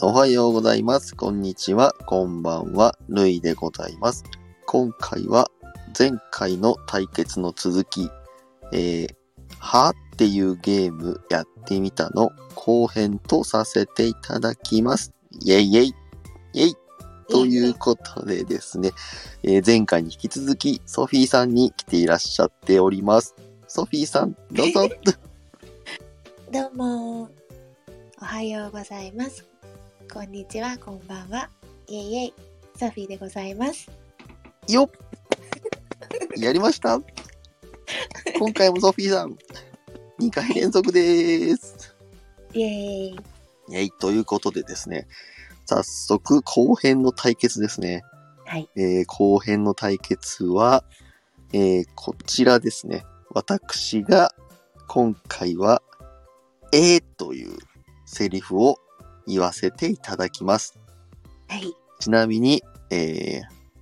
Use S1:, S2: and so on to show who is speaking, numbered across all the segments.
S1: おはようございます。こんにちは。こんばんは。ルイでございます。今回は前回の対決の続き、えー、はっていうゲームやってみたの後編とさせていただきます。イェイイェイイェイということでですね、えー前回に引き続きソフィーさんに来ていらっしゃっております。ソフィーさん、どうぞ
S2: どうもおはようございますこんにちはこんばんはイエイイエイソフィーでございます
S1: よっやりました今回もソフィーさん、2回連続です。
S2: イエイ
S1: えい、ということでですね、早速後編の対決ですね。
S2: はい
S1: えー後編の対決は、えーこちらですね。私が今回は、えーというセリフを言わせていただきます。
S2: はい
S1: ちなみに、えー、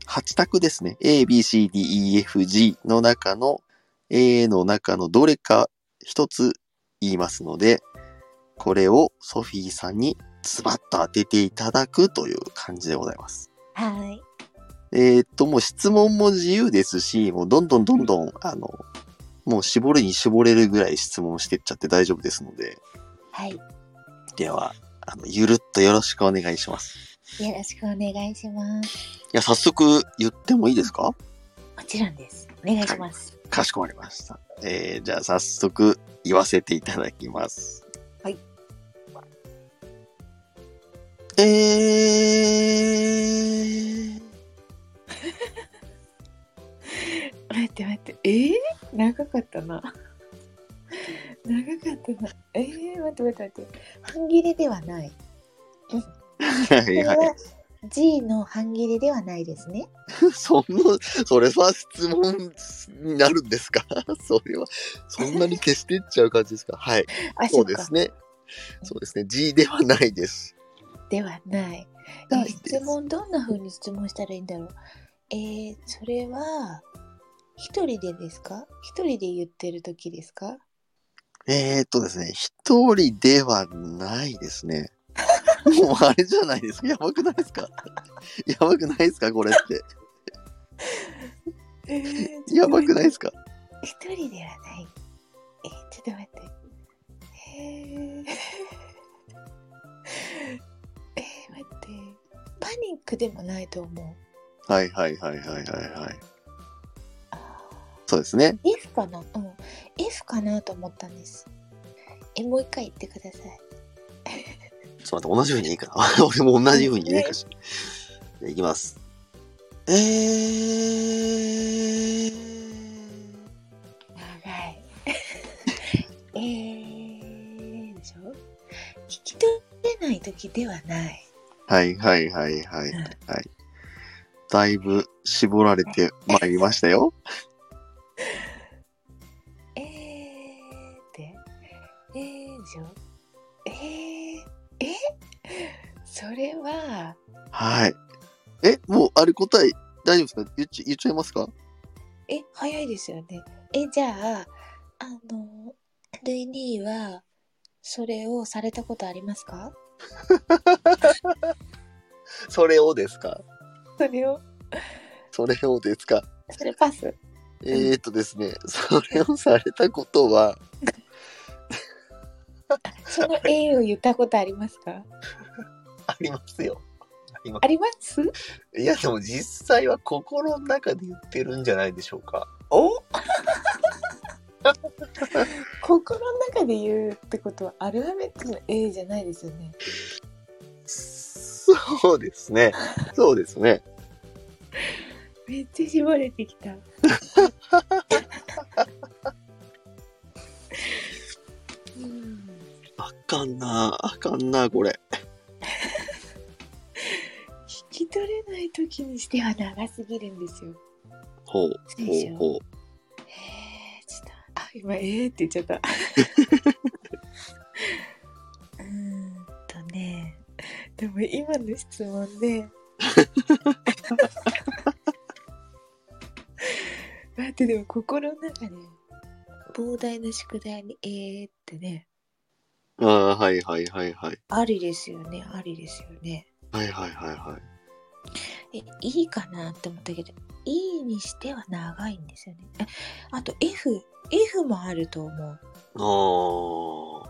S1: 8択ですね。A, B, C, D, E, F, G の中の A の中のどれか一つ言いますので、これをソフィーさんにズバッと当てていただくという感じでございます。
S2: はい
S1: えーっと、もう質問も自由ですし、もうどんどんどんどん、あの、もう絞りに絞れるぐらい質問してっちゃって大丈夫ですので、
S2: はい
S1: では、あの、ゆるっとよろしくお願いします。
S2: よろしくお願いします
S1: いや、早速言ってもいいですか
S2: もちろんですお願いします
S1: かしこまりました。えー、じゃあ早速言わせていただきます。
S2: はい。
S1: えー、
S2: 待って待ってえー、長かったな 長かったなえー、待って待って待って半切れではない
S1: はい
S2: これ
S1: は。
S2: はい G の半切れではないですね
S1: そんな、それは質問になるんですか それは、そんなに消してっちゃう感じですかはい。
S2: あ
S1: そう
S2: っか
S1: ですね。そうですね。G ではないです。
S2: ではない。
S1: ない
S2: え
S1: です
S2: 質問どんな風に質問したらいいんだろう。えー、それは一人でですか？一人で言ってる時ですか？
S1: えー、っとですね、一人ではないですね。 もうあれじゃないですか。やばくないですか やばくないですかこれって。
S2: えー
S1: やばくないですか
S2: 一人ではない。えー、ちょっと待って。えー、 えー待って。パニックでもないと思う。
S1: はいはいはいはいはいはい。
S2: あ
S1: そうですね。
S2: ー F かな？うん。F かなと思ったんです。えもう一回言ってくださ
S1: ち
S2: い。
S1: ょっと待って、同じ風にいいかな。 俺も同じ風に言えるかし。じゃあいきます。えー。
S2: 長い。 えー、でしょ聞き取れない時ではない。
S1: はいはいはいは
S2: うん
S1: い。だいぶ絞られてまいりましたよ。
S2: えーって。えーでしょえー、えそれは、
S1: はい。え、もうあれ答え大丈夫ですか言っち言っちゃいますか
S2: え、早いですよね。え、じゃあ、あの、ルイ兄は、それをされたことありますか
S1: それをですか
S2: それを、
S1: それをですか
S2: それパス。
S1: えー、っとですね、それをされたことは、
S2: その A を言ったことありますか
S1: ありますよ。あります
S2: あります
S1: いやでも実際は心の中で言ってるんじゃないでしょうか。
S2: お心の中で言うってことはアルファベットの A じゃないですよね。
S1: そうですね。そうですね。
S2: めっちゃ絞れてき た。うん
S1: あかんな、あかんな、これ。
S2: 聞き取れない時にしては長すぎるんですよ。
S1: ほう、
S2: そうでしょ
S1: ほう、ほう。
S2: えー、ちょっとあ今えーって言っちゃった。 うーんとねでも今の質問 で待ってでも心の中で膨大な宿題に「えー」ってね
S1: ああ、はいはいはいはい。
S2: ありですよね、ありですよね。
S1: はいはいはいはい。
S2: え、いいかなって思ったけど、いいにしては長いんですよね。えあと F、F もあると思う。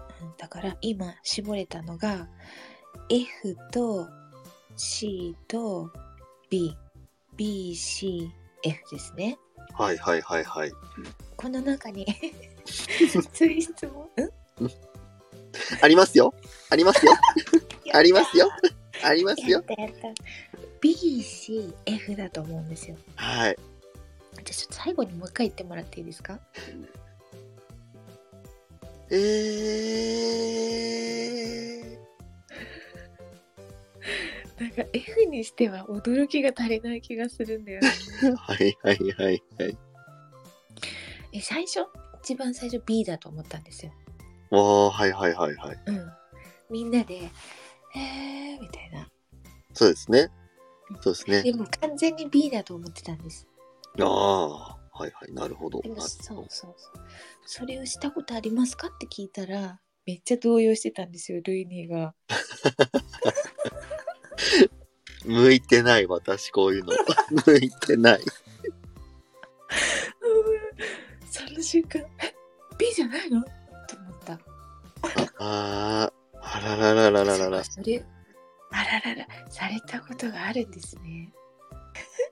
S1: ああ。
S2: うんだから今絞れたのが F と C と B、B、C、F ですね。
S1: はいはいはいはい。
S2: この中 に追質問うん
S1: ありますよ。ありますよ。ありますよ。あります
S2: やっ
S1: よ。
S2: たやった。BCF だと思うんですよ。
S1: はい。
S2: じゃあちょっと最後にもう一回言ってもらっていいですか
S1: えー。
S2: なんか F にしては驚きが足りない気がするんだよね。
S1: はいはいはいはい。
S2: え最初一番最初 B だと思ったんですよ。
S1: ああ、はいはいはいはい。
S2: うん。みんなで「えー」みたいな。
S1: そうですね。そうですね。
S2: でも完全に B だと思ってたんです。
S1: ああ、はいはい。なるほど。
S2: でも
S1: あ
S2: そうそうそう。それをしたことありますかって聞いたらめっちゃ動揺してたんですよルイニーが。
S1: 向いてない、私こういうの。 向いてない。
S2: うんその瞬間「え B じゃないの?」と思った。
S1: ああ、あららららららら。
S2: それあらららされたことがあるんですね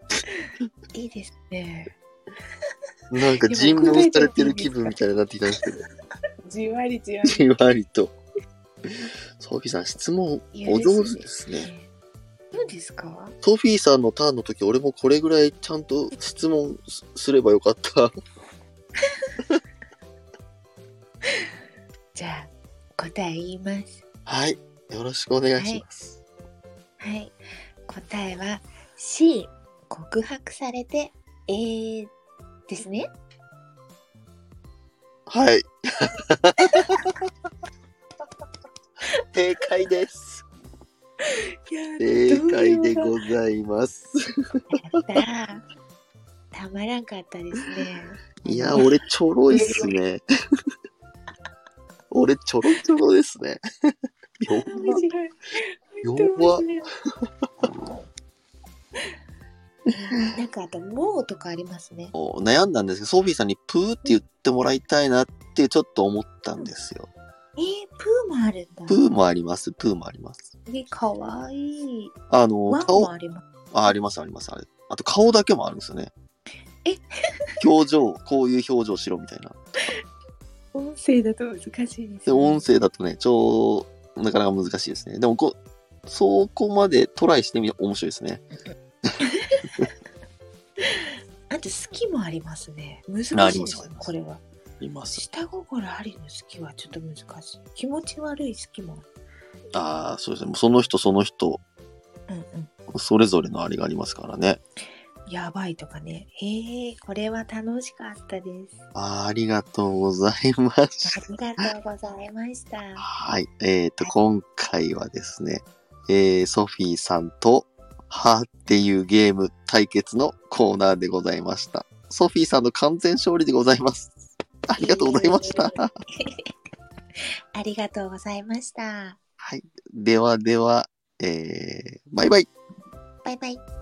S2: いいですね
S1: なんか尋問されてる気分みたいになってきたんですけ ど、
S2: じわりじわ
S1: じわりと。ソフィーさん、質問
S2: り
S1: お上手ですね。
S2: どうですか
S1: ソフィーさんのターンの時、俺もこれぐらいちゃんと質問すすればよかった。
S2: じゃあ答え言います
S1: はい。よろしくお願いします。
S2: はい答えは C 告白されて A ですね
S1: はい。正解です。正解でございます。
S2: ざいますたまらんかったですね
S1: いや、俺ちょろいっす ね。俺ちょろちょろですね。よっ
S2: 面白い。
S1: 弱っ
S2: 本当面白い。なんかあと、もうとかありますね。
S1: こう悩んだんですけど、ソフィーさんにプーって言ってもらいたいなってちょっと思ったんですよ。
S2: えー、プーもあるんだ。
S1: プーもあります、プーもあります。
S2: ね、かわいい。
S1: あの
S2: ワ、ン
S1: 顔
S2: も、あります。
S1: あ、ありますあります、あれ。あと顔だけもあるんですよね。
S2: え
S1: 表情、こういう表情しろみたいな。
S2: 音声だと難しいです、ね。
S1: で、音声だとね、ちょ、なかなか難しいですね。でもこう、そこまでトライしてみて面白いですね。
S2: あと、好きもありますね。難しい
S1: ああ
S2: で
S1: り
S2: す
S1: ますあります
S2: これは。
S1: います。
S2: 下心ありの好きはちょっと難しい。気持ち悪い好きも
S1: ああ、そうですね。もうその人、その人、
S2: ある。うんうん。
S1: それぞれのあれがありますからね。
S2: やばいとかね。えー、これは楽しかったです。
S1: あーありがとうございま
S2: あ
S1: す。
S2: りがとうございました。
S1: はい。えっ、と、今回はですね、えー、ソフィーさんと、はーっていうゲーム対決のコーナーでございました。ソフィーさんの完全勝利でございます。ありがとうございました。
S2: ありがとうございました。
S1: はい。ではでは、えー、バイバイ。
S2: バイバイ。